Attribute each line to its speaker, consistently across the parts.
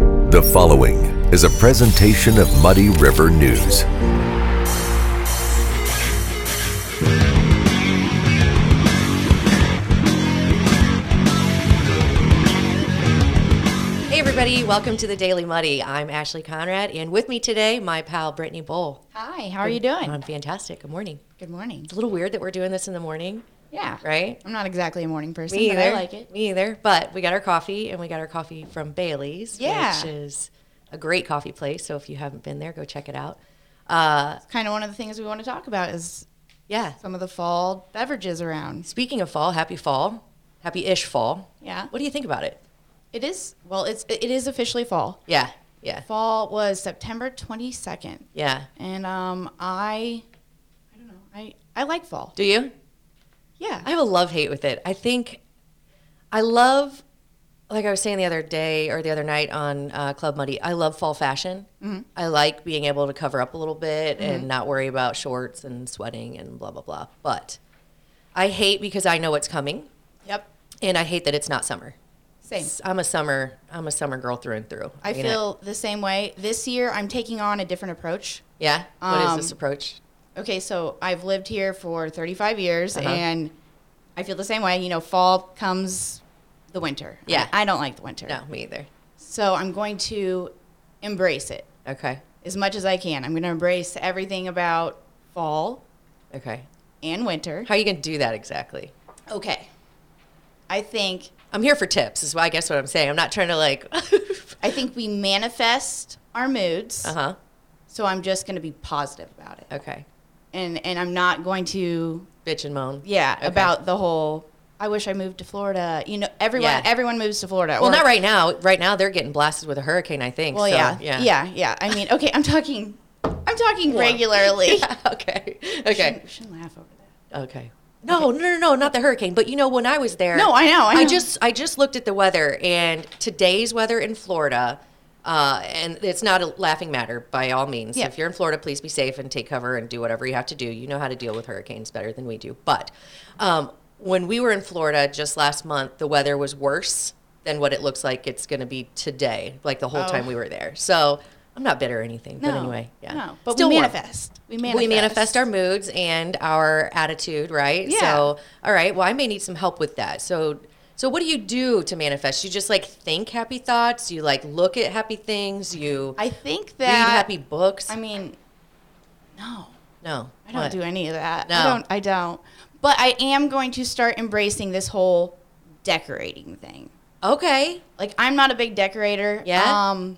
Speaker 1: The following is a presentation of Muddy River News.
Speaker 2: Hey, everybody, welcome to the Daily Muddy. I'm Ashley Conrad, and with me today, my pal Brittany Bowl.
Speaker 3: Hi, how are you doing?
Speaker 2: I'm fantastic. Good morning.
Speaker 3: Good morning.
Speaker 2: It's a little weird that we're doing this in the morning,
Speaker 3: Yeah.
Speaker 2: right?
Speaker 3: I'm not exactly a morning person,
Speaker 2: Me
Speaker 3: but
Speaker 2: either.
Speaker 3: I like it.
Speaker 2: Me either. But we got our coffee, and we got our coffee from Bailey's,
Speaker 3: Yeah.
Speaker 2: which is a great coffee place. So if you haven't been there, go check it out. Uh,
Speaker 3: It's kind of one of the things we want to talk about is
Speaker 2: yeah.
Speaker 3: some of the fall beverages around.
Speaker 2: Speaking of fall, happy fall, happy ish fall.
Speaker 3: Yeah.
Speaker 2: What do you think about it?
Speaker 3: It is well, it's it is officially fall.
Speaker 2: Yeah. Yeah.
Speaker 3: Fall was September 22nd,
Speaker 2: Yeah.
Speaker 3: and um, I, I don't know, I I like fall.
Speaker 2: Do you?
Speaker 3: Yeah.
Speaker 2: I have a love hate with it. I think I love, like I was saying the other day or the other night on uh, Club Muddy, I love fall fashion.
Speaker 3: Mm-hmm.
Speaker 2: I like being able to cover up a little bit and not worry about shorts and sweating and blah, blah, blah. But I hate because I know what's coming
Speaker 3: yep.
Speaker 2: and I hate that it's not summer.
Speaker 3: Same.
Speaker 2: I'm a summer, I'm a summer girl through and through.
Speaker 3: I
Speaker 2: mean,
Speaker 3: feel the same way. This year, I'm taking on a different approach.
Speaker 2: yeah. What is
Speaker 3: um,
Speaker 2: this approach?
Speaker 3: okay, so I've lived here for 35 years
Speaker 2: Uh-huh.
Speaker 3: and I feel the same way. You know, fall comes the winter.
Speaker 2: Yeah.
Speaker 3: I, I don't like the winter.
Speaker 2: No, me either.
Speaker 3: So I'm going to embrace it
Speaker 2: Okay.
Speaker 3: as much as I can. I'm going to embrace everything about fall
Speaker 2: Okay.
Speaker 3: and winter.
Speaker 2: How are you going to do that exactly?
Speaker 3: Okay. I think
Speaker 2: I'm here for tips, is why I guess what I'm saying. I'm not trying to like,
Speaker 3: I think we manifest our moods.
Speaker 2: uh huh.
Speaker 3: So I'm just going to be positive about it.
Speaker 2: Okay.
Speaker 3: And and I'm not going to
Speaker 2: Bitch and moan.
Speaker 3: Yeah,
Speaker 2: Okay.
Speaker 3: about the whole. I wish I moved to Florida. You know, everyone
Speaker 2: Yeah.
Speaker 3: everyone moves to Florida.
Speaker 2: Well,
Speaker 3: or-
Speaker 2: not right now. Right now, they're getting blasted with a hurricane. I think.
Speaker 3: Well,
Speaker 2: so,
Speaker 3: yeah,
Speaker 2: yeah,
Speaker 3: yeah, yeah, I mean, okay, I'm talking, I'm talking regularly.
Speaker 2: okay. Okay.
Speaker 3: Shouldn't, shouldn't laugh over that.
Speaker 2: Okay. No, no, no, no, not the hurricane. But you know, when I was there,
Speaker 3: No, I know, I know.
Speaker 2: just, I just looked at the weather, and today's weather in Florida, uh, and it's not a laughing matter by all means.
Speaker 3: Yeah.
Speaker 2: If you're in Florida, please be safe and take cover and do whatever you have to do. You know how to deal with hurricanes better than we do. But um, when we were in Florida just last month, the weather was worse than what it looks like it's going to be today. Like the whole
Speaker 3: Oh.
Speaker 2: time we were there. So I'm not bitter or anything.
Speaker 3: No,
Speaker 2: but anyway, yeah.
Speaker 3: no, but
Speaker 2: Still
Speaker 3: we
Speaker 2: warm
Speaker 3: manifest. We manifest.
Speaker 2: we manifest our moods and our attitude, right?
Speaker 3: Yeah.
Speaker 2: So, all right, well, I may need some help with that. So, so what do you do to manifest? You just like think happy thoughts. You like look at happy things. You
Speaker 3: I think
Speaker 2: read
Speaker 3: that.
Speaker 2: happy books.
Speaker 3: I mean, no,
Speaker 2: no,
Speaker 3: I don't
Speaker 2: What?
Speaker 3: do any of that.
Speaker 2: No.
Speaker 3: I don't. I don't. But I am going to start embracing this whole decorating thing.
Speaker 2: Okay,
Speaker 3: Like I'm not a big decorator.
Speaker 2: Yeah?
Speaker 3: Um,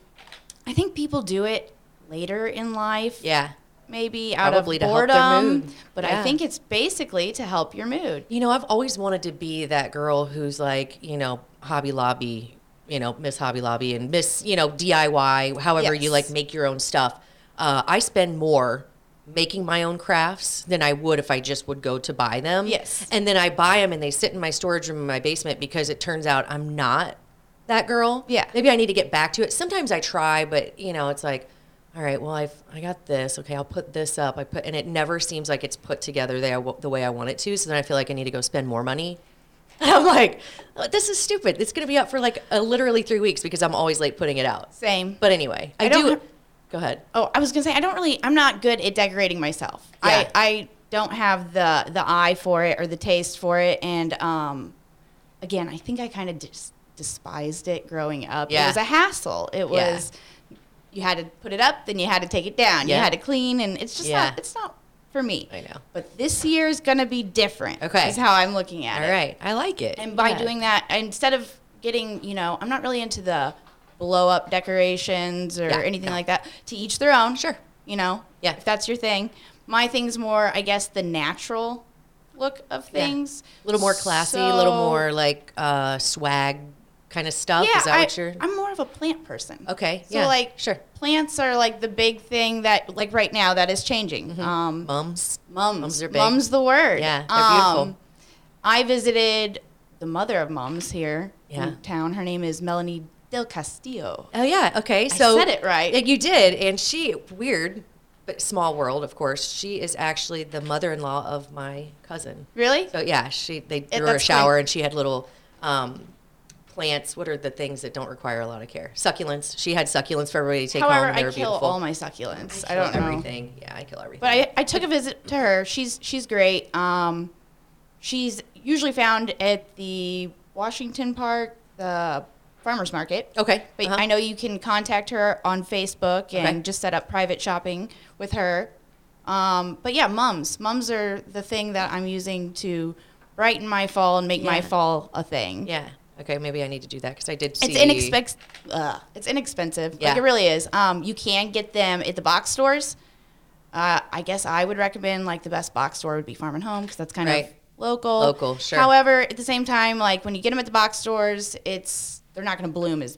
Speaker 3: I think people do it later in life.
Speaker 2: yeah.
Speaker 3: Maybe out
Speaker 2: Probably
Speaker 3: of
Speaker 2: to help their
Speaker 3: boredom.
Speaker 2: mood.
Speaker 3: But
Speaker 2: Yeah.
Speaker 3: I think it's basically to help your mood.
Speaker 2: You know, I've always wanted to be that girl who's like, you know, Hobby Lobby, you know, Miss Hobby Lobby and Miss, you know, DIY, however you
Speaker 3: Yes.
Speaker 2: like make your own stuff. Uh, I spend more making my own crafts than I would if I just would go to buy them.
Speaker 3: Yes.
Speaker 2: And then I buy them and they sit in my storage room in my basement because it turns out I'm not that girl.
Speaker 3: Yeah.
Speaker 2: Maybe I need to get back to it. Sometimes I try, but you know, it's like, all right, well, I've I got this. Okay, I'll put this up. I put, and it never seems like it's put together the, the way I want it to. So then I feel like I need to go spend more money. And I'm like, oh, this is stupid. It's going to be up for like uh, literally three weeks because I'm always late putting it out.
Speaker 3: Same.
Speaker 2: But anyway, I,
Speaker 3: I don't
Speaker 2: do.
Speaker 3: have-
Speaker 2: go ahead.
Speaker 3: oh, I was gonna say I don't really. I'm not good at decorating myself.
Speaker 2: Yeah.
Speaker 3: I I don't have the the eye for it or the taste for it. And um, again, I think I kind of dis- despised it growing up.
Speaker 2: Yeah.
Speaker 3: It was a hassle. It
Speaker 2: Yeah.
Speaker 3: was you had to put it up, then you had to take it down.
Speaker 2: Yeah.
Speaker 3: You had to clean, and it's just
Speaker 2: Yeah.
Speaker 3: not. It's not for me.
Speaker 2: I know.
Speaker 3: But this year is gonna be different.
Speaker 2: Okay.
Speaker 3: Is how I'm looking at
Speaker 2: All
Speaker 3: it.
Speaker 2: right, I like it.
Speaker 3: And by
Speaker 2: Yeah.
Speaker 3: doing that, instead of getting, you know, I'm not really into the blow up decorations or
Speaker 2: Yeah,
Speaker 3: anything
Speaker 2: no.
Speaker 3: like that. To each their own.
Speaker 2: Sure.
Speaker 3: You know,
Speaker 2: Yeah.
Speaker 3: if that's your thing. My thing's more, I guess, the natural look of
Speaker 2: Yeah.
Speaker 3: things.
Speaker 2: a little more classy, a little
Speaker 3: So-
Speaker 2: more like uh, swag kind of stuff.
Speaker 3: Yeah,
Speaker 2: is that
Speaker 3: I,
Speaker 2: what you're?
Speaker 3: I'm more of a plant person.
Speaker 2: okay.
Speaker 3: So
Speaker 2: yeah.
Speaker 3: like,
Speaker 2: sure.
Speaker 3: plants are like the big thing that, like, right now that is changing.
Speaker 2: Mm-hmm.
Speaker 3: Um,
Speaker 2: Mums. Mums
Speaker 3: Mums. Mums
Speaker 2: are big.
Speaker 3: the word. Um,
Speaker 2: Yeah, they're beautiful.
Speaker 3: I visited the mother of mums here
Speaker 2: Yeah.
Speaker 3: in town. Her name is Melanie Del Castillo.
Speaker 2: Oh yeah. Okay. So
Speaker 3: said it right.
Speaker 2: Yeah, You did, and she weird, but small world. Of course, she is actually the mother-in-law of my cousin.
Speaker 3: Really?
Speaker 2: So yeah, she they threw her a
Speaker 3: that's
Speaker 2: shower,
Speaker 3: cool.
Speaker 2: and she had little um, plants? What are the things that don't require a lot of care? Succulents. She had succulents for everybody to take
Speaker 3: However,
Speaker 2: home.
Speaker 3: I
Speaker 2: They were
Speaker 3: kill
Speaker 2: beautiful.
Speaker 3: all my succulents. I,
Speaker 2: kill
Speaker 3: don't know.
Speaker 2: everything. Yeah, I kill everything.
Speaker 3: But I, I took a visit to her. She's she's great. Um, she's usually found at the Washington Park, the farmers market.
Speaker 2: okay.
Speaker 3: But
Speaker 2: uh-huh.
Speaker 3: I know you can contact her on Facebook and
Speaker 2: Okay.
Speaker 3: just set up private shopping with her. Um, but yeah, mums. Mums are the thing that I'm using to brighten my fall and make my
Speaker 2: Yeah.
Speaker 3: fall a thing.
Speaker 2: Yeah. Okay. Maybe I need to do that because I did.
Speaker 3: It's
Speaker 2: see-
Speaker 3: inexpensive. Uh, it's inexpensive.
Speaker 2: Yeah.
Speaker 3: Like it really is. Um, you can get them at the box stores. Uh, I guess I would recommend like the best box store would be Farm and Home because that's kind of
Speaker 2: Right.
Speaker 3: local.
Speaker 2: Local, sure.
Speaker 3: However, at the same time, like when you get them at the box stores, it's they're not going to bloom as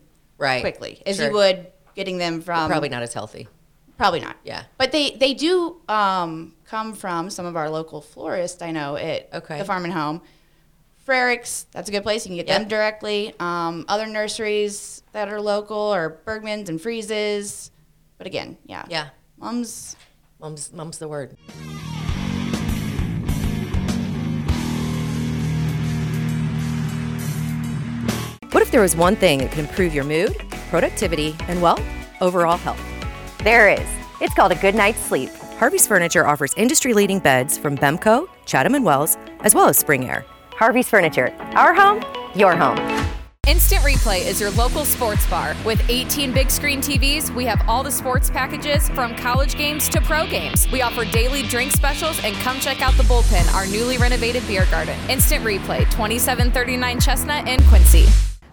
Speaker 2: Right.
Speaker 3: quickly as
Speaker 2: Sure.
Speaker 3: you would getting them from
Speaker 2: Probably not as healthy.
Speaker 3: Probably not.
Speaker 2: Yeah.
Speaker 3: But they they do um, come from some of our local florists. I know at
Speaker 2: Okay.
Speaker 3: the Farm and Home. Frericks, that's a good place. You can get
Speaker 2: Yeah.
Speaker 3: them directly. Um, other nurseries that are local are Bergman's and Freeze's. But again, yeah.
Speaker 2: Yeah.
Speaker 3: Mom's
Speaker 2: Mum's mum's the word. What if there was one thing that could improve your mood, productivity, and well, overall health?
Speaker 4: There is. It's called a good night's sleep.
Speaker 2: Harvey's Furniture offers industry-leading beds from Bemco, Chatham and Wells, as well as Spring Air.
Speaker 4: Harvey's Furniture. Our home, your home.
Speaker 5: Instant Replay is your local sports bar. With 18 big screen TVs, we have all the sports packages from college games to pro games. We offer daily drink specials and come check out the bullpen, our newly renovated beer garden. Instant Replay, 2739 Chestnut and Quincy.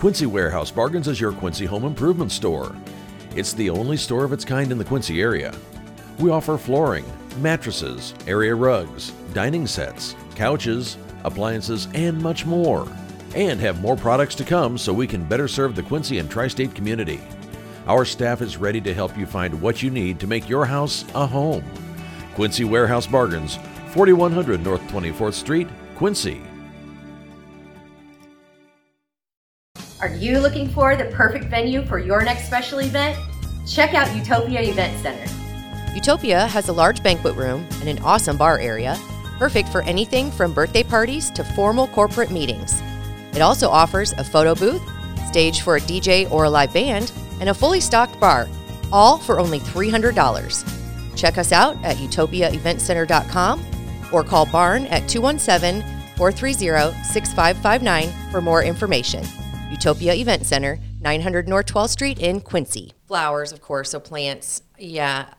Speaker 6: Quincy Warehouse Bargains is your Quincy home improvement store. It's the only store of its kind in the Quincy area. We offer flooring, mattresses, area rugs, dining sets, couches, appliances, and much more. And have more products to come so we can better serve the Quincy and tri state community. Our staff is ready to help you find what you need to make your house a home. Quincy Warehouse Bargains, 4100 North 24th Street, Quincy.
Speaker 7: Are you looking for the perfect venue for your next special event? Check out Utopia Event Center.
Speaker 2: Utopia has a large banquet room and an awesome bar area, perfect for anything from birthday parties to formal corporate meetings. It also offers a photo booth, stage for a DJ or a live band, and a fully stocked bar, all for only $300. Check us out at utopiaeventcenter.com or call Barn at 217 430 6559 for more information. Utopia Event Center, 900 North 12th Street in Quincy. Flowers, of course, so plants. Yeah.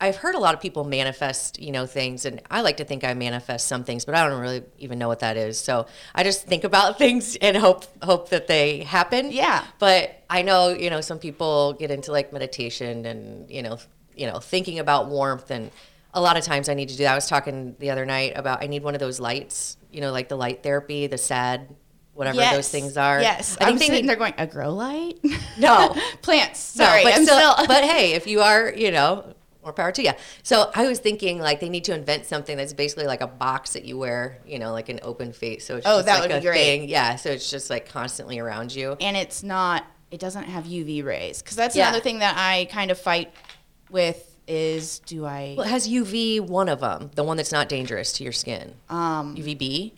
Speaker 2: I've heard a lot of people manifest, you know, things, and I like to think I manifest some things, but I don't really even know what that is. So I just think about things and hope hope that they happen.
Speaker 3: Yeah.
Speaker 2: But I know, you know, some people get into like meditation and, you know, you know, thinking about warmth and a lot of times I need to do that. I was talking the other night about I need one of those lights, you know, like the light therapy, the sad, whatever those things are.
Speaker 3: Yes.
Speaker 2: I
Speaker 3: I
Speaker 2: think
Speaker 3: am
Speaker 2: they
Speaker 3: sitting
Speaker 2: need-
Speaker 3: there going, a grow light?
Speaker 2: No.
Speaker 3: Plants.
Speaker 2: No,
Speaker 3: Sorry.
Speaker 2: but
Speaker 3: I'm
Speaker 2: still,
Speaker 3: still,
Speaker 2: but hey, if you are, you know, more power to you. So I was thinking like they need to invent something that's basically like a box that you wear, you know, like an open face. So it's
Speaker 3: Oh,
Speaker 2: just
Speaker 3: that
Speaker 2: like
Speaker 3: would
Speaker 2: a
Speaker 3: be great.
Speaker 2: thing. Yeah. So it's just like constantly around you.
Speaker 3: and it's not it doesn't have UV rays because that's
Speaker 2: Yeah.
Speaker 3: another thing that I kind of fight with is do I
Speaker 2: Well, it has UV one of them, the one that's not dangerous to your skin.
Speaker 3: Uh,
Speaker 2: Um, UVB,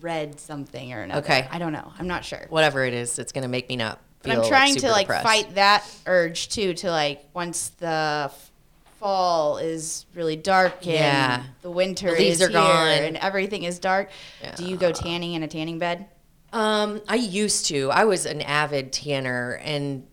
Speaker 3: red something or another?
Speaker 2: Okay.
Speaker 3: I don't know. I'm not sure.
Speaker 2: whatever it is, that's going to make me not.
Speaker 3: but I'm
Speaker 2: feel,
Speaker 3: trying to
Speaker 2: super
Speaker 3: like
Speaker 2: depressed.
Speaker 3: fight that urge too to like once the f- fall is really dark and
Speaker 2: Yeah.
Speaker 3: the winter
Speaker 2: The leaves
Speaker 3: is
Speaker 2: are
Speaker 3: here
Speaker 2: gone.
Speaker 3: and everything is dark. Do you go tanning in a tanning bed?
Speaker 2: Um, I used to. I was an avid tanner, and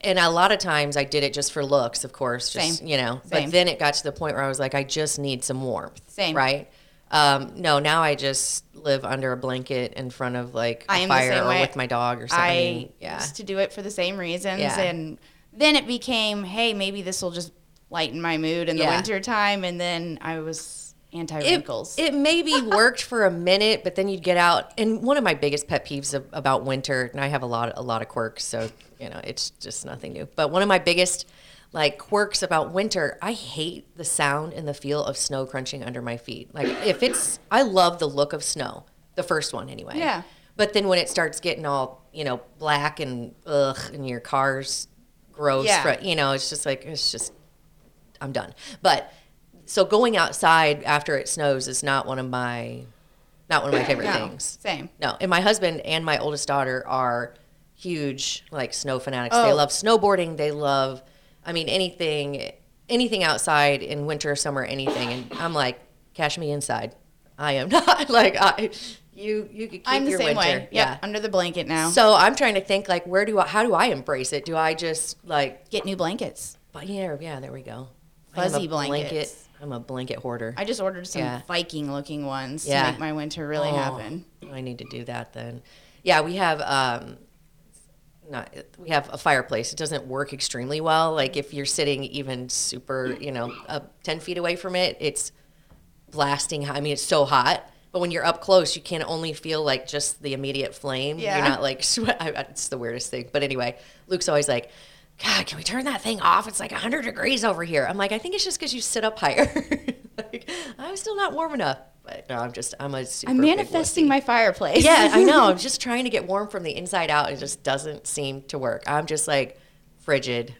Speaker 2: and a lot of times I did it just for looks, of course. Just,
Speaker 3: Same.
Speaker 2: You know,
Speaker 3: Same.
Speaker 2: but then it got to the point where I was like, I just need some warmth.
Speaker 3: Same.
Speaker 2: Right. Um, no, now I just live under a blanket in front of like a
Speaker 3: I am the
Speaker 2: fire
Speaker 3: same
Speaker 2: or
Speaker 3: way.
Speaker 2: with my dog or something.
Speaker 3: I
Speaker 2: yeah.
Speaker 3: used to do it for the same reasons.
Speaker 2: Yeah.
Speaker 3: And then it became, hey, maybe this will just lighten my mood in the
Speaker 2: Yeah.
Speaker 3: winter time. And then I was anti
Speaker 2: it,
Speaker 3: wrinkles.
Speaker 2: it maybe worked for a minute, but then you'd get out. And one of my biggest pet peeves of, about winter, and I have a lot, a lot of quirks, so you know, it's just nothing new. But one of my biggest like quirks about winter, I hate the sound and the feel of snow crunching under my feet. Like if it's, I love the look of snow, the first one anyway.
Speaker 3: Yeah.
Speaker 2: But then when it starts getting all you know black and ugh, and your car's gross,
Speaker 3: Yeah.
Speaker 2: fr- you know, it's just like it's just I'm done. But so going outside after it snows is not one of my not one of my favorite
Speaker 3: No,
Speaker 2: things.
Speaker 3: same.
Speaker 2: No. And my husband and my oldest daughter are huge like snow fanatics. They
Speaker 3: Oh.
Speaker 2: love snowboarding, they love I mean anything anything outside in winter, summer, anything. And I'm like, cash me inside. I am not like I you you could keep
Speaker 3: I'm the
Speaker 2: your
Speaker 3: same
Speaker 2: winter.
Speaker 3: way. Yeah, under the blanket now.
Speaker 2: So I'm trying to think like where do I how do I embrace it? Do I just like
Speaker 3: get new blankets.
Speaker 2: but yeah, yeah, there we go.
Speaker 3: Fuzzy
Speaker 2: I'm a blanket-
Speaker 3: blankets.
Speaker 2: I'm a blanket hoarder.
Speaker 3: I just ordered some
Speaker 2: Yeah.
Speaker 3: Viking looking ones
Speaker 2: Yeah.
Speaker 3: to make my winter really
Speaker 2: Oh,
Speaker 3: happen.
Speaker 2: I need to do that then. Yeah, we have um not we have a fireplace. It doesn't work extremely well. Like if you're sitting even super, you know, up 10 feet away from it, it's blasting hot. I mean, it's so hot. But when you're up close, you can only feel like just the immediate flame. You're
Speaker 3: Yeah.
Speaker 2: not like sweat. I, it's the weirdest thing. But anyway, Luke's always like, God, can we turn that thing off? It's like 100 degrees over here. I'm like, I think it's just because you sit up higher. like, I'm still not warm enough. But no, I'm just, I'm a super
Speaker 3: I'm
Speaker 2: big
Speaker 3: manifesting my fireplace.
Speaker 2: yeah, I know. I'm just trying to get warm from the inside out. It just doesn't seem to work. I'm just like frigid.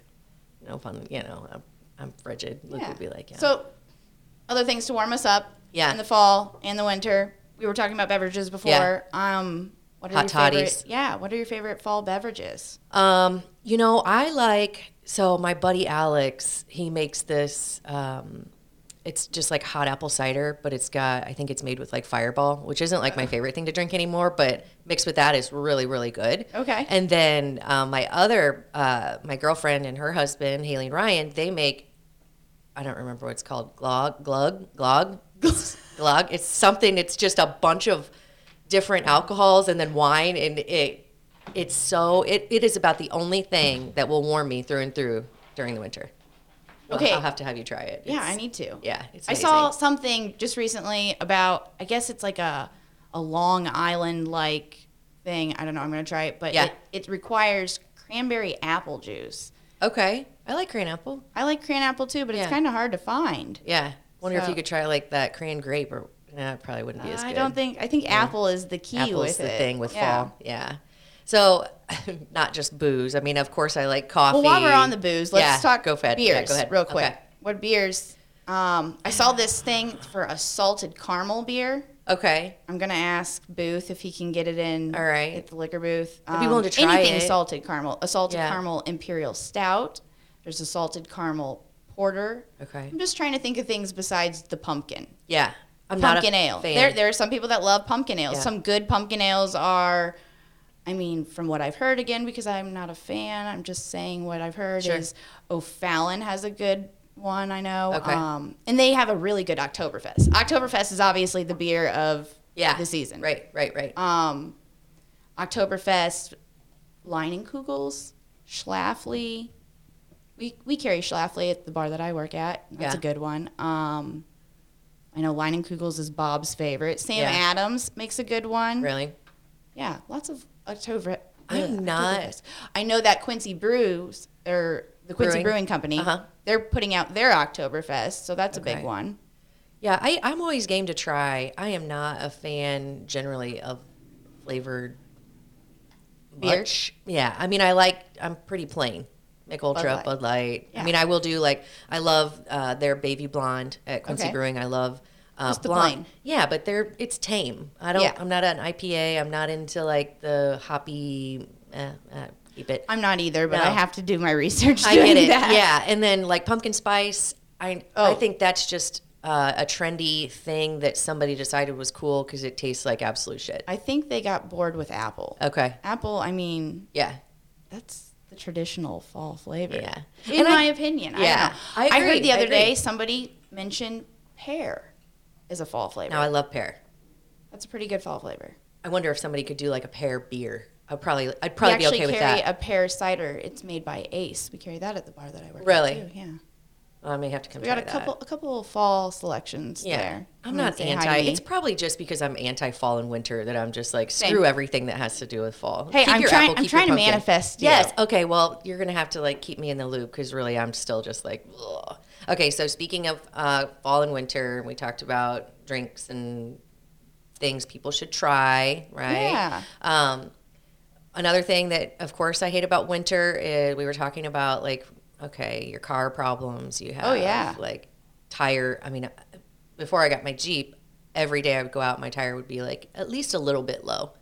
Speaker 2: No pun, you know, I'm, I'm frigid. Luke would be like, yeah.
Speaker 3: So, other things to warm us up.
Speaker 2: Yeah.
Speaker 3: In the fall and the winter, we were talking about beverages before. Um, what are
Speaker 2: Hot
Speaker 3: your
Speaker 2: toddies.
Speaker 3: Favorite, yeah. What are your favorite fall beverages?
Speaker 2: um, you know, I like, so my buddy Alex, he makes this, um, it's just like hot apple cider, but it's got, I think it's made with like fireball, which isn't like
Speaker 3: Oh.
Speaker 2: my favorite thing to drink anymore, but mixed with that is really, really good.
Speaker 3: Okay.
Speaker 2: And then um, my other, uh, my girlfriend and her husband, Haley and Ryan, they make I don't remember what it's called. Glog, glug, glog, glog. It's something. It's just a bunch of different alcohols and then wine, and it, it's so it, it is about the only thing that will warm me through and through during the winter. Well,
Speaker 3: Okay.
Speaker 2: I'll have to have you try it.
Speaker 3: Yeah,
Speaker 2: It's-
Speaker 3: I need to.
Speaker 2: yeah, it's
Speaker 3: I saw
Speaker 2: amazing.
Speaker 3: something just recently about. I guess it's like a a Long Island like thing. I don't know. I'm gonna try it, but
Speaker 2: Yeah.
Speaker 3: it, it requires cranberry apple juice.
Speaker 2: Okay, I like crayon apple.
Speaker 3: I like cran apple too, but
Speaker 2: Yeah.
Speaker 3: it's kind of hard to find.
Speaker 2: Yeah, wonder if
Speaker 3: So-
Speaker 2: you could try like that crayon grape, or nah, it probably wouldn't be as good.
Speaker 3: I don't think. I think apple is the key
Speaker 2: Apple's
Speaker 3: with
Speaker 2: the
Speaker 3: it.
Speaker 2: thing with
Speaker 3: Yeah.
Speaker 2: fall. Yeah. So, not just booze. I mean, of course, I like coffee.
Speaker 3: Well, while we're on the booze, let's
Speaker 2: Yeah,
Speaker 3: talk
Speaker 2: go ahead.
Speaker 3: beers
Speaker 2: Yeah, go ahead.
Speaker 3: real quick.
Speaker 2: Okay.
Speaker 3: What beers? Um, I saw this thing for a salted caramel beer.
Speaker 2: Okay.
Speaker 3: I'm gonna ask Booth if he can get it in.
Speaker 2: All right.
Speaker 3: at the liquor booth. Um,
Speaker 2: be willing to try
Speaker 3: anything
Speaker 2: it.
Speaker 3: salted caramel, a salted
Speaker 2: Yeah.
Speaker 3: caramel imperial stout. There's a salted caramel porter.
Speaker 2: Okay.
Speaker 3: I'm just trying to think of things besides the pumpkin.
Speaker 2: Yeah. I'm
Speaker 3: pumpkin
Speaker 2: not a
Speaker 3: ale.
Speaker 2: Fan.
Speaker 3: There, there are some people that love pumpkin ales.
Speaker 2: Yeah.
Speaker 3: Some good pumpkin ales are, I mean, from what I've heard again, because I'm not a fan, I'm just saying what I've heard
Speaker 2: Sure.
Speaker 3: is O'Fallon has a good one, I know.
Speaker 2: Okay.
Speaker 3: Um, and they have a really good Oktoberfest. Oktoberfest is obviously the beer of
Speaker 2: yeah.
Speaker 3: the season.
Speaker 2: Right, right, right.
Speaker 3: Um, Oktoberfest, Leinenkugels, Schlafly. We, we carry Schlafly at the bar that I work at. That's
Speaker 2: Yeah.
Speaker 3: a good one. Um, I know Leinenkugels is Bob's favorite. Sam
Speaker 2: Yeah.
Speaker 3: Adams makes a good one.
Speaker 2: really?
Speaker 3: Yeah, lots of October.
Speaker 2: I'm
Speaker 3: uh,
Speaker 2: not-
Speaker 3: Oktoberfest. I know that Quincy Brews or the Quincy
Speaker 2: Brewing.
Speaker 3: Brewing, Company.
Speaker 2: Uh-huh.
Speaker 3: They're putting out their Oktoberfest, so that's a big
Speaker 2: Okay.
Speaker 3: one.
Speaker 2: Yeah, I, I'm always game to try. I am not a fan generally of flavored
Speaker 3: Beer?
Speaker 2: much. Yeah, I mean, I like. I'm pretty plain. Mick Ultra, Bud Light.
Speaker 3: Light.
Speaker 2: I
Speaker 3: Yeah.
Speaker 2: mean, I will do like I love uh, their Baby Blonde at Quincy
Speaker 3: Okay.
Speaker 2: Brewing. I love uh,
Speaker 3: Just the
Speaker 2: blonde.
Speaker 3: plain.
Speaker 2: Yeah, but they're it's tame. I don't.
Speaker 3: Yeah.
Speaker 2: I'm not an IPA. I'm not into like the hoppy. Uh, uh, keep it.
Speaker 3: I'm not either, but I
Speaker 2: No.
Speaker 3: have to do my research.
Speaker 2: I get
Speaker 3: doing
Speaker 2: it.
Speaker 3: that.
Speaker 2: Yeah, and then like pumpkin spice. I I
Speaker 3: Oh.
Speaker 2: think that's just uh, a trendy thing that somebody decided was cool because it tastes like absolute shit.
Speaker 3: I think they got bored with apple.
Speaker 2: Okay.
Speaker 3: Apple, I mean,
Speaker 2: Yeah.
Speaker 3: that's the traditional fall flavor.
Speaker 2: Yeah.
Speaker 3: In
Speaker 2: And I-
Speaker 3: my opinion.
Speaker 2: yeah.
Speaker 3: I, don't know.
Speaker 2: I
Speaker 3: I,
Speaker 2: agree,
Speaker 3: heard the
Speaker 2: I
Speaker 3: other
Speaker 2: agree.
Speaker 3: day somebody mentioned pear is a fall flavor.
Speaker 2: Now I love pear.
Speaker 3: that's a pretty good fall flavor.
Speaker 2: I wonder if somebody could do like a pear beer. I'd probably I'd
Speaker 3: We
Speaker 2: probably be
Speaker 3: actually
Speaker 2: okay with
Speaker 3: carry
Speaker 2: that.
Speaker 3: a pear cider. It's made by Ace. We carry that at the bar that I work
Speaker 2: Really?
Speaker 3: at. too, Yeah.
Speaker 2: I may have to come
Speaker 3: We got
Speaker 2: try
Speaker 3: a couple
Speaker 2: that.
Speaker 3: a couple of fall selections
Speaker 2: Yeah,
Speaker 3: there.
Speaker 2: I'm
Speaker 3: gonna
Speaker 2: not
Speaker 3: say hi to
Speaker 2: anti.
Speaker 3: me.
Speaker 2: It's probably just because I'm anti fall and winter that I'm just like
Speaker 3: Same.
Speaker 2: screw everything that has to do with fall.
Speaker 3: Hey, I'm trying- I'm
Speaker 2: keep
Speaker 3: trying to
Speaker 2: pumpkin.
Speaker 3: manifest you.
Speaker 2: Yes. Okay. Well, you're gonna have to like keep me in the loop because really, I'm still just like. Ugh. Okay. So speaking of uh, fall and winter, we talked about drinks and things people should try. Right.
Speaker 3: Yeah.
Speaker 2: Um, another thing that of course i hate about winter is we were talking about like okay your car problems you have
Speaker 3: Oh, yeah.
Speaker 2: like tire i mean before i got my jeep every day i would go out my tire would be like at least a little bit low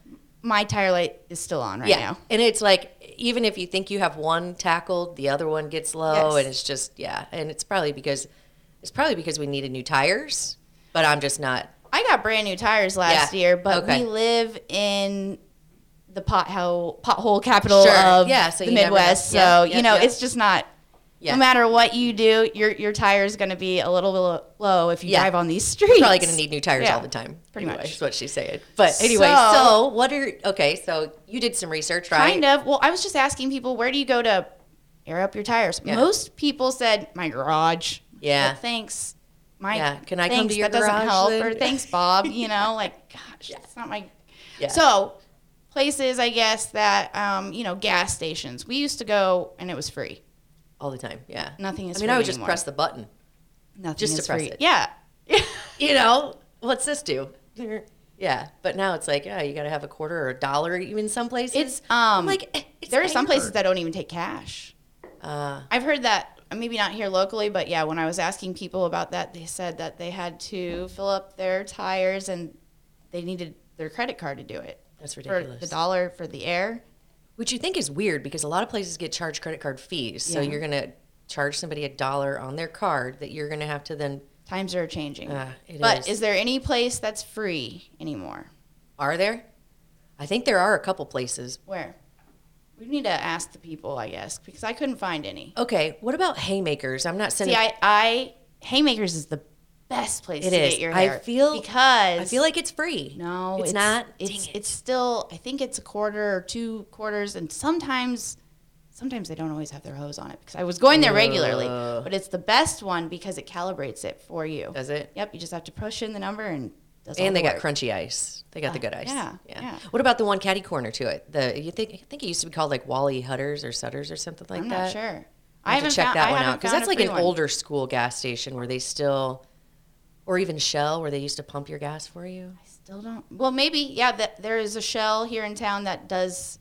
Speaker 3: My tire light is still on right now.
Speaker 2: and it's like even if you think you have one tackled the other one gets low
Speaker 3: Yes.
Speaker 2: and it's just yeah and it's probably because it's probably because we needed new tires but i'm just not
Speaker 3: I got brand new tires last
Speaker 2: Yeah.
Speaker 3: year, but
Speaker 2: Okay.
Speaker 3: we live in the pothole pothole capital
Speaker 2: Sure.
Speaker 3: of
Speaker 2: Yeah, so
Speaker 3: the
Speaker 2: you never know.
Speaker 3: Midwest.
Speaker 2: Yeah,
Speaker 3: so
Speaker 2: yeah,
Speaker 3: you know,
Speaker 2: yeah.
Speaker 3: it's just not.
Speaker 2: Yeah.
Speaker 3: No matter what you do, your your tire is going to be a little lo- low if you
Speaker 2: Yeah.
Speaker 3: drive on these streets.
Speaker 2: probably going to need new tires
Speaker 3: Yeah,
Speaker 2: all the time.
Speaker 3: pretty
Speaker 2: anyway,
Speaker 3: much.
Speaker 2: is what she's saying. But anyway,
Speaker 3: So-
Speaker 2: so, what are okay? So you did some research, right?
Speaker 3: Kind of. Well, I was just asking people, where do you go to air up your tires?
Speaker 2: Yeah.
Speaker 3: Most people said my garage.
Speaker 2: Yeah.
Speaker 3: Well, thanks. My
Speaker 2: Yeah. Can I come
Speaker 3: thanks,
Speaker 2: to your
Speaker 3: that doesn't
Speaker 2: garage
Speaker 3: help.
Speaker 2: then?
Speaker 3: Or thanks, Bob. You know, like gosh, that's not my.
Speaker 2: Yeah.
Speaker 3: So places, I guess that um, you know, gas stations. We used to go, and it was free.
Speaker 2: all the time. Yeah,
Speaker 3: Nothing is
Speaker 2: I mean,
Speaker 3: free
Speaker 2: I would just
Speaker 3: anymore.
Speaker 2: press the button.
Speaker 3: Nothing
Speaker 2: Just to
Speaker 3: is
Speaker 2: press
Speaker 3: free.
Speaker 2: it.
Speaker 3: Yeah.
Speaker 2: You know, what's this do? Yeah, but now it's like yeah, you got to have a quarter or a dollar even some places.
Speaker 3: It's
Speaker 2: I'm
Speaker 3: um
Speaker 2: like eh, it's
Speaker 3: there are some
Speaker 2: air.
Speaker 3: places that don't even take cash.
Speaker 2: Uh,
Speaker 3: I've heard that maybe not here locally, but yeah, when I was asking people about that, they said that they had to fill up their tires and they needed their credit card to do it.
Speaker 2: That's
Speaker 3: For the
Speaker 2: ridiculous.
Speaker 3: dollar for the air.
Speaker 2: which you think is weird because a lot of places get charged credit card fees. So
Speaker 3: Yeah.
Speaker 2: you're gonna charge somebody a dollar on their card that you're gonna have to then.
Speaker 3: Times are changing.
Speaker 2: Ah, it
Speaker 3: but
Speaker 2: is.
Speaker 3: is there any place that's free anymore?
Speaker 2: Are there? I think there are a couple places,
Speaker 3: Where? We need to ask the people, I guess, because I couldn't find any.
Speaker 2: Okay, what about haymakers? I'm not sending.
Speaker 3: See, I, I Haymakers is the best place
Speaker 2: It
Speaker 3: to
Speaker 2: is.
Speaker 3: get your
Speaker 2: I
Speaker 3: hair
Speaker 2: feel-
Speaker 3: because
Speaker 2: I feel like it's free.
Speaker 3: No,
Speaker 2: it's, not.
Speaker 3: It's
Speaker 2: Dang it.
Speaker 3: it's still. I think it's a quarter or two quarters, and sometimes, sometimes they don't always have their hose on it because I was going there regularly. But it's the best one because it calibrates it for you.
Speaker 2: Does it?
Speaker 3: Yep. You just have to push in the number and. it Does all
Speaker 2: and they
Speaker 3: the
Speaker 2: got
Speaker 3: work.
Speaker 2: crunchy ice. They got the good ice.
Speaker 3: yeah, yeah.
Speaker 2: What about the one catty corner to it? The you think I think it used to be called like Wally Hutters or Sutters or something like
Speaker 3: I'm
Speaker 2: that.
Speaker 3: not sure. I
Speaker 2: I have
Speaker 3: haven't
Speaker 2: to check
Speaker 3: found,
Speaker 2: that
Speaker 3: I
Speaker 2: one
Speaker 3: haven't
Speaker 2: out because
Speaker 3: found
Speaker 2: that's
Speaker 3: a
Speaker 2: like
Speaker 3: free
Speaker 2: an
Speaker 3: one.
Speaker 2: older school gas station where they still, or even Shell where they used to pump your gas for you.
Speaker 3: Still don't. Well, maybe yeah. That there is a Shell here in town that does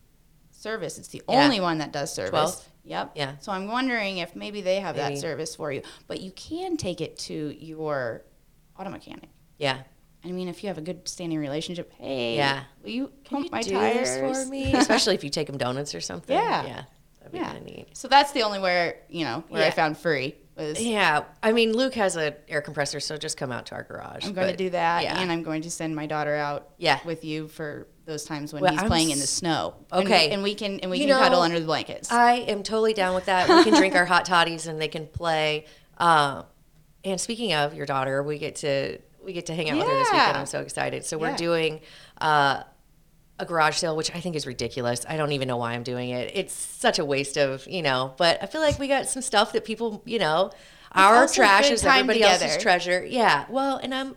Speaker 3: service. It's the
Speaker 2: Yeah.
Speaker 3: only one that does service.
Speaker 2: 12?
Speaker 3: Yep.
Speaker 2: Yeah.
Speaker 3: So I'm wondering if maybe they have
Speaker 2: Maybe.
Speaker 3: that service for you, but you can take it to your auto mechanic.
Speaker 2: Yeah.
Speaker 3: I mean, if you have a good standing relationship, hey,
Speaker 2: Yeah.
Speaker 3: will you pump
Speaker 2: You
Speaker 3: my
Speaker 2: do
Speaker 3: tires
Speaker 2: this for me, especially if you take them donuts or something.
Speaker 3: Yeah.
Speaker 2: Yeah. That'd be
Speaker 3: Yeah.
Speaker 2: kind of neat.
Speaker 3: So that's the only where you know where I
Speaker 2: Yeah.
Speaker 3: found free was.
Speaker 2: Yeah, I mean Luke has an air compressor, so just come out to our garage.
Speaker 3: I'm going to
Speaker 2: but-
Speaker 3: do that,
Speaker 2: yeah.
Speaker 3: and I'm going to send my daughter out
Speaker 2: Yeah.
Speaker 3: with you for those times when
Speaker 2: Well,
Speaker 3: he's
Speaker 2: I'm
Speaker 3: playing in the
Speaker 2: s-
Speaker 3: snow.
Speaker 2: Okay.
Speaker 3: and we, and we can and we
Speaker 2: You
Speaker 3: can cuddle
Speaker 2: know,
Speaker 3: under the blankets.
Speaker 2: I am totally down with that. We can drink our hot toddies and they can play. Uh, and speaking of your daughter, we get to we get to hang out with her this weekend.
Speaker 3: Yeah.
Speaker 2: I'm so excited. So
Speaker 3: Yeah.
Speaker 2: we're doing uh, a garage sale, which I think is ridiculous. I don't even know why I'm doing it. It's such a waste of you know. But I feel like we got some stuff that people you know. Our
Speaker 3: also a
Speaker 2: trash
Speaker 3: good
Speaker 2: is
Speaker 3: time
Speaker 2: everybody
Speaker 3: together.
Speaker 2: else's treasure. Yeah. Well, and I'm.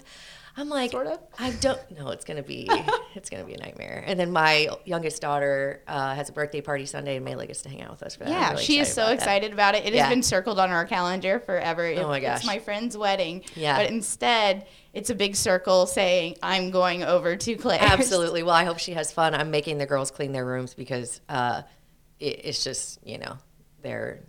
Speaker 2: I'm like,
Speaker 3: Sort of.
Speaker 2: I don't. No, it's gonna be, it's gonna be a nightmare. And then my youngest daughter uh, has a birthday party Sunday, and Mayla gets to hang out with us for that. I'm
Speaker 3: Yeah,
Speaker 2: really
Speaker 3: she is so
Speaker 2: about that.
Speaker 3: excited about it. It
Speaker 2: Yeah. Oh
Speaker 3: has been circled on our calendar forever. It-
Speaker 2: my
Speaker 3: It's
Speaker 2: gosh.
Speaker 3: my friend's wedding.
Speaker 2: Yeah.
Speaker 3: But instead, it's a big circle saying, I'm going over to Claire's.
Speaker 2: Absolutely. Well, I hope she has fun. I'm making the girls clean their rooms because uh, it, it's just you know they're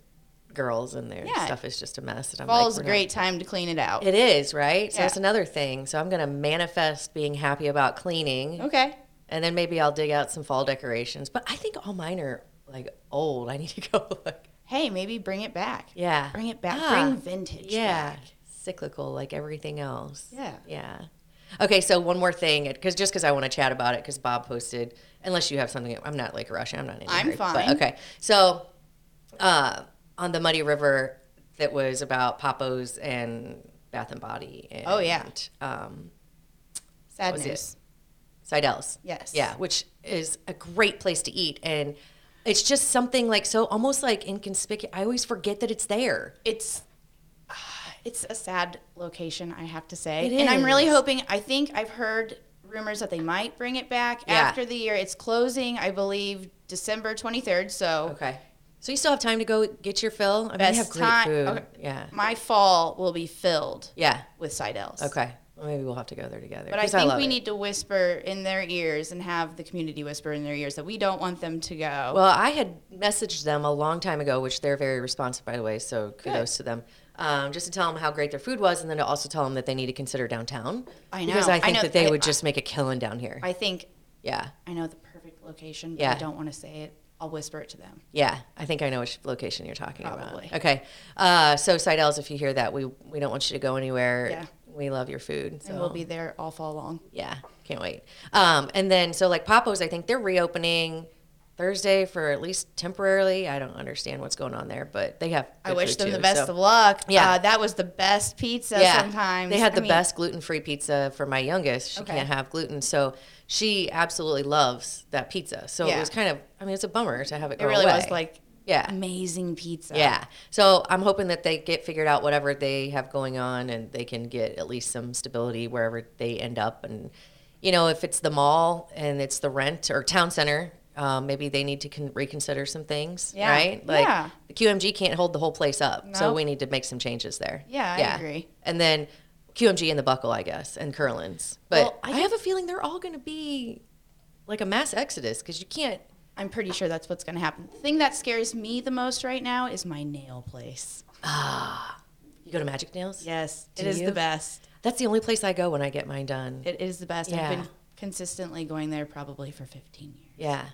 Speaker 2: girls and their
Speaker 3: Yeah.
Speaker 2: stuff is just a mess. And I'm like,
Speaker 3: Fall's
Speaker 2: we're
Speaker 3: a
Speaker 2: not-
Speaker 3: great time to clean it out.
Speaker 2: It is right. So
Speaker 3: Yeah.
Speaker 2: that's another thing. So I'm gonna manifest being happy about cleaning.
Speaker 3: okay.
Speaker 2: And then maybe I'll dig out some fall decorations. But I think all mine are like old. I need to go like
Speaker 3: Hey, maybe bring it back.
Speaker 2: Yeah.
Speaker 3: Bring it back.
Speaker 2: Ah,
Speaker 3: Bring vintage
Speaker 2: yeah.
Speaker 3: back.
Speaker 2: Cyclical, like everything else.
Speaker 3: Yeah.
Speaker 2: Yeah. Okay, so one more thing, because just because I want to chat about it, because Bob posted. Unless you have something, I'm not like rushing. I'm not. In a
Speaker 3: I'm
Speaker 2: hurry, but
Speaker 3: fine.
Speaker 2: okay, so uh, on the Muddy River, that was about Papos and Bath and Body. And,
Speaker 3: Oh, yeah.
Speaker 2: Um,
Speaker 3: Sad
Speaker 2: was
Speaker 3: news.
Speaker 2: Seidel's.
Speaker 3: Yes.
Speaker 2: Yeah, which is a great place to eat. And it's just something like so almost like inconspicuous. I always forget that it's there.
Speaker 3: It's ah, it's a sad location, I have to say.
Speaker 2: It
Speaker 3: and I'm really
Speaker 2: is.
Speaker 3: hoping. I think I've heard rumors that they might bring it back
Speaker 2: Yeah.
Speaker 3: after the year. It's closing, I believe, December 23rd. So
Speaker 2: Okay. So you still have time to go get your fill. I mean,
Speaker 3: best
Speaker 2: they have great
Speaker 3: time.
Speaker 2: food.
Speaker 3: okay,
Speaker 2: Yeah.
Speaker 3: my fall will be filled.
Speaker 2: Yeah.
Speaker 3: with Seidel's.
Speaker 2: Okay. Well, maybe we'll have to go there together.
Speaker 3: But I
Speaker 2: 'cause
Speaker 3: think
Speaker 2: love
Speaker 3: we
Speaker 2: it.
Speaker 3: need to whisper in their ears and have the community whisper in their ears that we don't want them to go.
Speaker 2: Well, I had messaged them a long time ago, which they're very responsive, by the way. So kudos to them. Um, just to tell them how great their food was, and then to also tell them that they need to consider downtown.
Speaker 3: I
Speaker 2: because
Speaker 3: know.
Speaker 2: I
Speaker 3: I
Speaker 2: think
Speaker 3: know.
Speaker 2: that they
Speaker 3: I-
Speaker 2: would just make a killing down here.
Speaker 3: I think
Speaker 2: yeah,
Speaker 3: I know the perfect location, but I
Speaker 2: Yeah.
Speaker 3: don't want to say it. I'll whisper it to them.
Speaker 2: yeah. I think I know which location you're talking
Speaker 3: Probably.
Speaker 2: about. Okay. Uh, so Seidel's, if you hear that, we we don't want you to go anywhere.
Speaker 3: Yeah.
Speaker 2: We love your food. So
Speaker 3: And we'll be there all fall long.
Speaker 2: Yeah, can't wait. Um, and then so like Papo's, I think they're reopening Thursday for at least temporarily. I don't understand what's going on there, but they have.
Speaker 3: I
Speaker 2: good
Speaker 3: wish
Speaker 2: food,
Speaker 3: them the
Speaker 2: too,
Speaker 3: best
Speaker 2: so-
Speaker 3: of luck.
Speaker 2: Yeah.
Speaker 3: Uh, that was the best pizza sometimes.
Speaker 2: They had
Speaker 3: I
Speaker 2: the
Speaker 3: mean,
Speaker 2: best gluten free pizza for my youngest. She
Speaker 3: Okay.
Speaker 2: can't have gluten. So she absolutely loves that pizza. So
Speaker 3: Yeah.
Speaker 2: it was kind of, I mean, it's a bummer to have it
Speaker 3: It
Speaker 2: go
Speaker 3: really
Speaker 2: away.
Speaker 3: was like
Speaker 2: yeah.
Speaker 3: amazing pizza.
Speaker 2: Yeah. So I'm hoping that they get figured out whatever they have going on and they can get at least some stability wherever they end up. And, you know, if it's the mall and it's the rent or town center, um, maybe they need to con- reconsider some things,
Speaker 3: Yeah.
Speaker 2: right? Like
Speaker 3: Yeah.
Speaker 2: the QMG can't hold the whole place up, so
Speaker 3: Nope.
Speaker 2: we need to make some changes there.
Speaker 3: Yeah, I agree.
Speaker 2: And then QMG and the Buckle, I guess, and Curlin's. But
Speaker 3: Well, I
Speaker 2: I, have a feeling they're all going to be like a mass exodus because you can't.
Speaker 3: I'm pretty sure that's what's going to happen. The thing that scares me the most right now is my nail place.
Speaker 2: You go to Magic Nails.
Speaker 3: Yes, it
Speaker 2: Do
Speaker 3: is
Speaker 2: you?
Speaker 3: the best.
Speaker 2: That's the only place I go when I get mine done.
Speaker 3: It is the best.
Speaker 2: Yeah.
Speaker 3: I've been consistently going there probably for 15 years.
Speaker 2: Yeah.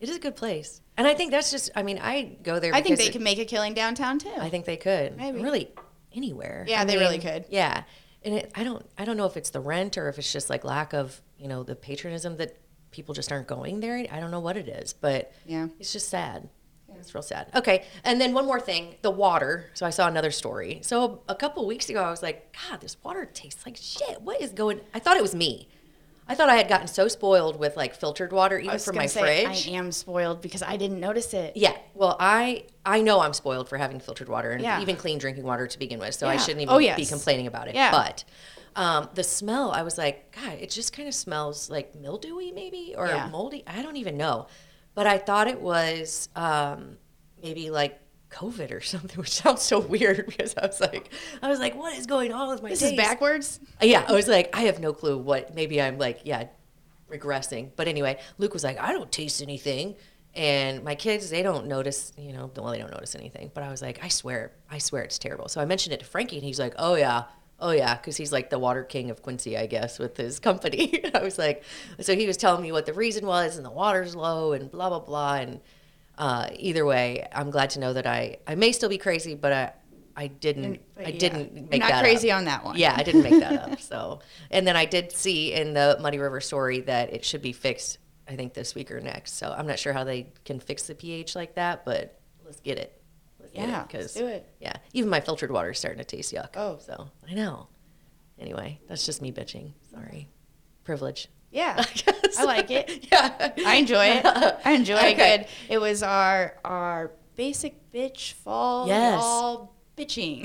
Speaker 2: It is a good place. And I think that's just, I mean, I go there.
Speaker 3: I think
Speaker 2: because
Speaker 3: they
Speaker 2: it-
Speaker 3: can make a killing downtown too.
Speaker 2: I think they could.
Speaker 3: Maybe.
Speaker 2: Really anywhere.
Speaker 3: Yeah,
Speaker 2: I
Speaker 3: they really could.
Speaker 2: Yeah. And it, I don't, I don't know if it's the rent or if it's just like lack of, you know, the patronism that people just aren't going there. I don't know what it is, but
Speaker 3: Yeah.
Speaker 2: it's just sad. It's real sad. Okay. And then one more thing, the water. So I saw another story. So a couple weeks ago, I was like, God, this water tastes like shit. What is going? I thought it was me. I thought I had gotten so spoiled with like filtered water, even
Speaker 3: was
Speaker 2: from
Speaker 3: gonna
Speaker 2: my
Speaker 3: say,
Speaker 2: fridge.
Speaker 3: I am spoiled because I didn't notice it.
Speaker 2: Yeah. Well, I I know I'm spoiled for having filtered water and
Speaker 3: Yeah.
Speaker 2: even clean drinking water to begin with, so I
Speaker 3: Yeah.
Speaker 2: shouldn't even
Speaker 3: Oh, yes.
Speaker 2: be complaining about it.
Speaker 3: Yeah.
Speaker 2: But um, the smell, I was like, God, it just kind of smells like mildewy, maybe or
Speaker 3: Yeah.
Speaker 2: moldy. I don't even know. But I thought it was um, maybe like COVID or something, which sounds so weird because I was like, I was like, what is going on with my
Speaker 3: This is
Speaker 2: taste?
Speaker 3: backwards.
Speaker 2: Uh, Yeah, I was like, I have no clue what. Maybe I'm like, yeah, regressing. But anyway, Luke was like, I don't taste anything, and my kids they don't notice. You know, well they don't notice anything. But I was like, I swear, I swear it's terrible. So I mentioned it to Frankie, and he's like, Oh yeah, oh yeah, because he's like the water king of Quincy, I guess, with his company. I was like, so he was telling me what the reason was, and the water's low, and blah blah blah, and. Uh, either way, I'm glad to know that I, I may still be crazy, but I I didn't
Speaker 3: But
Speaker 2: I
Speaker 3: Mm, yeah,
Speaker 2: didn't
Speaker 3: you're
Speaker 2: make
Speaker 3: not
Speaker 2: that
Speaker 3: crazy
Speaker 2: up.
Speaker 3: on that one.
Speaker 2: Yeah, I didn't make that up. So, and then I did see in the Muddy River story that it should be fixed. I think this week or next. So I'm not sure how they can fix the pH like that, but let's get it. Let's get
Speaker 3: Yeah,
Speaker 2: 'cause-
Speaker 3: let's do it.
Speaker 2: Yeah, even my filtered water is starting to taste yuck.
Speaker 3: Oh.
Speaker 2: so I know. Anyway, that's just me bitching. Sorry, privilege.
Speaker 3: Yeah,
Speaker 2: guess.
Speaker 3: I like it.
Speaker 2: Yeah,
Speaker 3: I enjoy it. I enjoy
Speaker 2: Okay.
Speaker 3: it. Good. It was our our basic bitch fall.
Speaker 2: Yes.
Speaker 3: all bitching.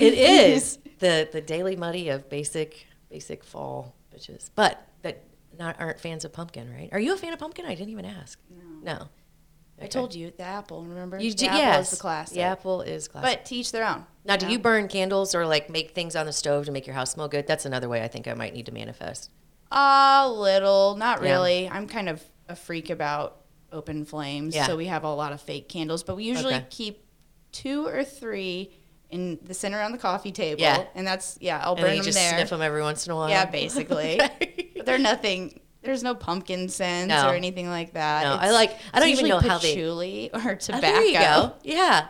Speaker 2: It is the the daily muddy of basic basic fall bitches, but that not aren't fans of pumpkin, right? Are you a fan of pumpkin? I didn't even ask. No.
Speaker 3: I told you the apple. Remember?
Speaker 2: You
Speaker 3: the
Speaker 2: do,
Speaker 3: apple
Speaker 2: yes.
Speaker 3: is the classic.
Speaker 2: The apple is classic.
Speaker 3: But to each their own.
Speaker 2: now, do you burn candles or like make things on the stove to make your house smell good? That's another way I think I might need to manifest.
Speaker 3: A little, not
Speaker 2: Yeah.
Speaker 3: really. I'm kind of a freak about open flames,
Speaker 2: Yeah.
Speaker 3: so we have a lot of fake candles, but we usually
Speaker 2: Okay.
Speaker 3: keep two or three in the center on the coffee table.
Speaker 2: Yeah.
Speaker 3: and that's yeah, I'll
Speaker 2: And then
Speaker 3: burn
Speaker 2: you
Speaker 3: them
Speaker 2: just
Speaker 3: there.
Speaker 2: sniff them every once in a while.
Speaker 3: Yeah, basically.
Speaker 2: Okay.
Speaker 3: But they're nothing. There's no pumpkin scents
Speaker 2: No.
Speaker 3: or anything like that.
Speaker 2: No, I like- I don't
Speaker 3: it's
Speaker 2: even
Speaker 3: usually
Speaker 2: know how they-
Speaker 3: patchouli or
Speaker 2: Oh,
Speaker 3: tobacco.
Speaker 2: there you go. Yeah.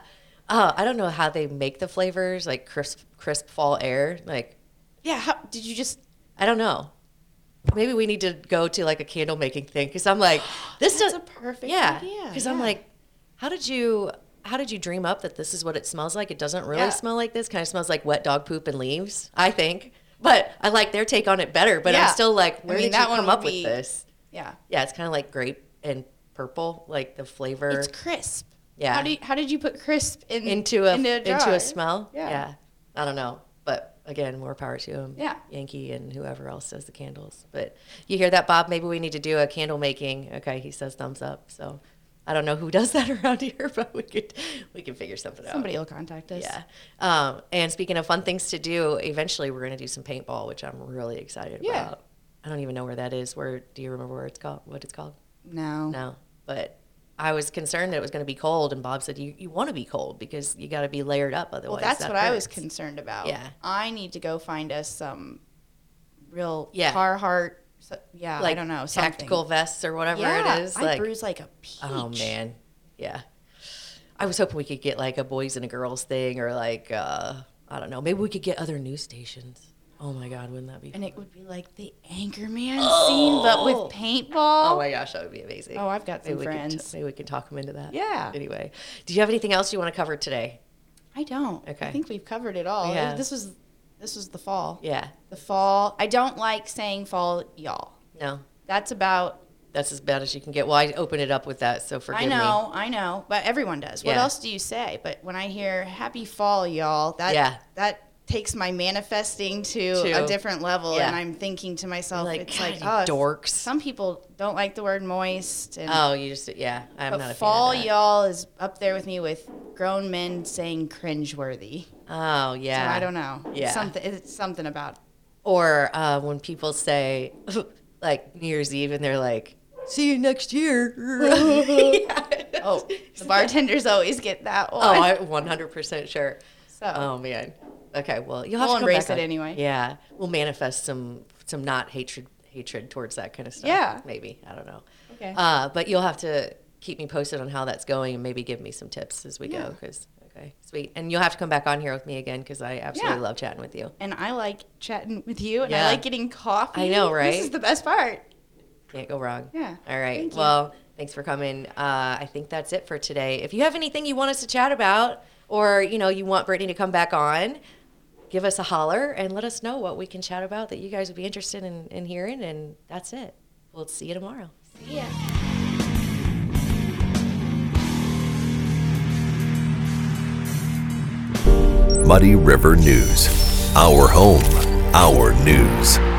Speaker 2: Oh, I don't know how they make the flavors like crisp crisp fall air. Like
Speaker 3: Yeah, how, did you just?
Speaker 2: I don't know. Maybe we need to go to like a candle making thing because I'm like, this
Speaker 3: That's
Speaker 2: does
Speaker 3: a perfect
Speaker 2: yeah.
Speaker 3: idea,
Speaker 2: Because
Speaker 3: yeah.
Speaker 2: I'm like, how did you how did you dream up that this is what it smells like? It doesn't really
Speaker 3: Yeah.
Speaker 2: smell like this. Kind of smells like wet dog poop and leaves. I think, but I like their take on it better. But
Speaker 3: Yeah.
Speaker 2: I'm still like,
Speaker 3: I
Speaker 2: where
Speaker 3: mean,
Speaker 2: did
Speaker 3: that
Speaker 2: you
Speaker 3: one
Speaker 2: come
Speaker 3: would
Speaker 2: up
Speaker 3: be-
Speaker 2: with this?
Speaker 3: Yeah,
Speaker 2: Yeah, it's kind of like grape and purple, like the flavor
Speaker 3: it's crisp.
Speaker 2: Yeah.
Speaker 3: How do you, how did you put crisp in
Speaker 2: into a
Speaker 3: into a,
Speaker 2: into
Speaker 3: jar?
Speaker 2: a smell.
Speaker 3: Yeah.
Speaker 2: I don't know, but again, more power to him.
Speaker 3: Yeah.
Speaker 2: Yankee and whoever else does the candles. But you hear that, Bob? Maybe we need to do a candle making. Okay, he says thumbs up. So I don't know who does that around here, but we could we can figure something out.
Speaker 3: Somebody will contact us.
Speaker 2: Yeah. Um, and speaking of fun things to do, eventually we're going to do some paintball, which I'm really excited
Speaker 3: Yeah.
Speaker 2: about. I don't even know where that is. Where do you remember where it's called? What it's called?
Speaker 3: No.
Speaker 2: No. But I was concerned that it was going to be cold, and Bob said, "You you want to be cold because you got to be layered up, otherwise."
Speaker 3: Well, that's
Speaker 2: that
Speaker 3: what I was
Speaker 2: hurts."
Speaker 3: concerned about.
Speaker 2: Yeah.
Speaker 3: I need to go find us some real
Speaker 2: Yeah.
Speaker 3: Carhartt. So, yeah, I don't know. Something.
Speaker 2: tactical vests or whatever
Speaker 3: Yeah,
Speaker 2: it is.
Speaker 3: I
Speaker 2: like,
Speaker 3: bruise like a peach.
Speaker 2: oh man, yeah. I was hoping we could get like a boys and a girls thing, or like uh, I don't know. Maybe we could get other news stations. Oh my God, wouldn't that be?
Speaker 3: And it would be like the Anchorman scene, but with paintball.
Speaker 2: Oh my gosh, that would be amazing.
Speaker 3: Oh, I've got some
Speaker 2: maybe We can
Speaker 3: friends.
Speaker 2: t- maybe we can talk them into that.
Speaker 3: Yeah.
Speaker 2: Anyway, do you have anything else you want to cover today?
Speaker 3: I don't.
Speaker 2: Okay.
Speaker 3: I think we've covered it all.
Speaker 2: Yeah.
Speaker 3: This was this was the fall.
Speaker 2: Yeah.
Speaker 3: The fall. I don't like saying fall, y'all.
Speaker 2: No.
Speaker 3: That's about.
Speaker 2: That's as bad as you can get. Well, I opened it up with that, so forgive
Speaker 3: I know, I know, but everyone does. What
Speaker 2: Yeah.
Speaker 3: else do you say? But when I hear "Happy Fall, y'all," that
Speaker 2: Yeah.
Speaker 3: that takes my manifesting to,
Speaker 2: To-
Speaker 3: a different level,
Speaker 2: yeah.
Speaker 3: and I'm thinking to myself,
Speaker 2: Like,
Speaker 3: it's
Speaker 2: "God,
Speaker 3: like
Speaker 2: you
Speaker 3: oh,
Speaker 2: dorks."
Speaker 3: Some people don't like the word moist, and
Speaker 2: me. Oh, you just yeah. I'm not
Speaker 3: but
Speaker 2: a
Speaker 3: fall,
Speaker 2: fan of that.
Speaker 3: y'all is up there with me with grown men saying cringeworthy.
Speaker 2: Oh yeah.
Speaker 3: I don't know. It's
Speaker 2: Yeah.
Speaker 3: something. It's something about
Speaker 2: Or uh, when people say like New Year's Eve and they're like, "See you next year." Yeah.
Speaker 3: Oh, the bartenders always get that one.
Speaker 2: Oh, I'm 100 percent sure.
Speaker 3: So-
Speaker 2: Oh man. Okay. Well, you'll have
Speaker 3: We'll
Speaker 2: to come
Speaker 3: embrace
Speaker 2: back
Speaker 3: it
Speaker 2: on-
Speaker 3: anyway.
Speaker 2: Yeah, we'll manifest some some not hatred hatred towards that kind of stuff.
Speaker 3: Yeah.
Speaker 2: Maybe I don't know.
Speaker 3: Okay.
Speaker 2: Uh, but you'll have to keep me posted on how that's going and maybe give me some tips as we go.
Speaker 3: Yeah.
Speaker 2: 'Cause okay, sweet. And you'll have to come back on here with me again because I absolutely
Speaker 3: Yeah.
Speaker 2: love chatting with you.
Speaker 3: and I like chatting with you, and
Speaker 2: Yeah.
Speaker 3: I like getting coffee.
Speaker 2: I know, right?
Speaker 3: This is the best part.
Speaker 2: Can't go wrong.
Speaker 3: Yeah.
Speaker 2: All right.
Speaker 3: Thank you.
Speaker 2: Well, thanks for coming. Uh, I think that's it for today. If you have anything you want us to chat about, or you know you want Brittany to come back on, give us a holler and let us know what we can chat about that you guys would be interested in, in hearing. And that's it. We'll see you tomorrow.
Speaker 1: Muddy River News. Our home, our news.